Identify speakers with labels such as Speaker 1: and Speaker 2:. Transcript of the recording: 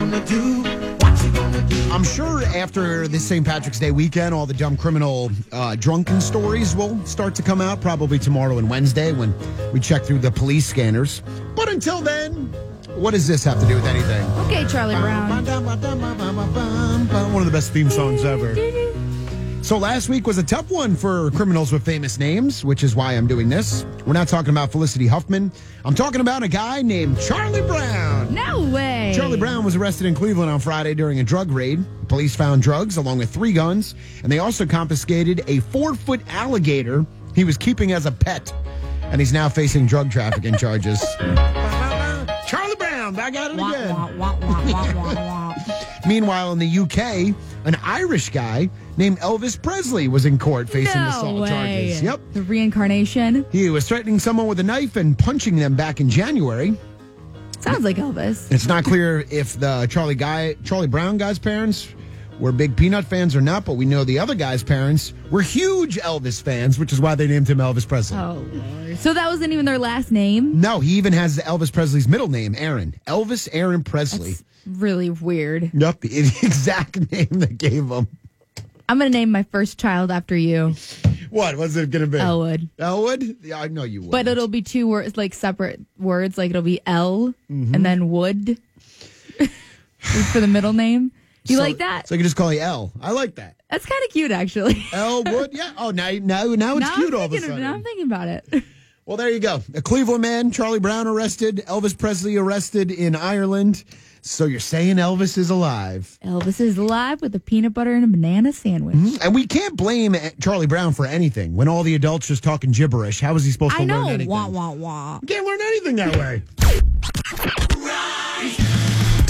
Speaker 1: gonna do? What you gonna do?
Speaker 2: I'm sure after this St. Patrick's Day weekend, all the dumb criminal uh, drunken stories will start to come out probably tomorrow and Wednesday when we check through the police scanners. But until then, what does this have to do with anything?
Speaker 3: Okay, Charlie Brown.
Speaker 2: One of the best theme songs ever. So last week was a tough one for criminals with famous names, which is why I'm doing this. We're not talking about Felicity Huffman. I'm talking about a guy named Charlie Brown.
Speaker 3: No way.
Speaker 2: Charlie Brown was arrested in Cleveland on Friday during a drug raid. Police found drugs along with three guns, and they also confiscated a four foot alligator he was keeping as a pet. And he's now facing drug trafficking charges. Charlie Brown, back at it
Speaker 3: Wah,
Speaker 2: again.
Speaker 3: wah, wah, wah, wah, wah, wah.
Speaker 2: Meanwhile, in the UK, an Irish guy named Elvis Presley was in court facing
Speaker 3: No
Speaker 2: assault
Speaker 3: way.
Speaker 2: charges. Yep.
Speaker 3: The reincarnation.
Speaker 2: He was threatening someone with a knife and punching them back in January.
Speaker 3: Sounds like Elvis.
Speaker 2: It's not clear if the Charlie guy, Charlie Brown guy's parents were big peanut fans or not, but we know the other guy's parents were huge Elvis fans, which is why they named him Elvis Presley.
Speaker 3: Oh, Lord. so that wasn't even their last name.
Speaker 2: No, he even has Elvis Presley's middle name, Aaron. Elvis Aaron Presley.
Speaker 3: It's really weird.
Speaker 2: Yep, the exact name that gave him.
Speaker 3: I'm gonna name my first child after you,
Speaker 2: What was it going to be?
Speaker 3: Elwood.
Speaker 2: Elwood? Yeah, I know you would.
Speaker 3: But it'll be two words, like separate words. Like it'll be L
Speaker 2: Mm-hmm.
Speaker 3: and then wood for the middle name. You like that?
Speaker 2: So I can just call you L. I like that.
Speaker 3: That's kind of cute, actually.
Speaker 2: Elwood. Yeah. Oh, now now now it's
Speaker 3: Now
Speaker 2: cute
Speaker 3: I'm
Speaker 2: all of a
Speaker 3: thinking
Speaker 2: sudden.
Speaker 3: Now I'm thinking about it.
Speaker 2: Well, there you go. A Cleveland man, Charlie Brown arrested, Elvis Presley arrested in Ireland. So you're saying Elvis is alive.
Speaker 3: Elvis is live with a peanut butter and a banana sandwich.
Speaker 2: And we can't blame Charlie Brown for anything when all the adults just talking gibberish. How is he supposed to
Speaker 3: I
Speaker 2: learn
Speaker 3: know.
Speaker 2: anything?
Speaker 3: Wah wah wah.
Speaker 2: Can't learn anything that way.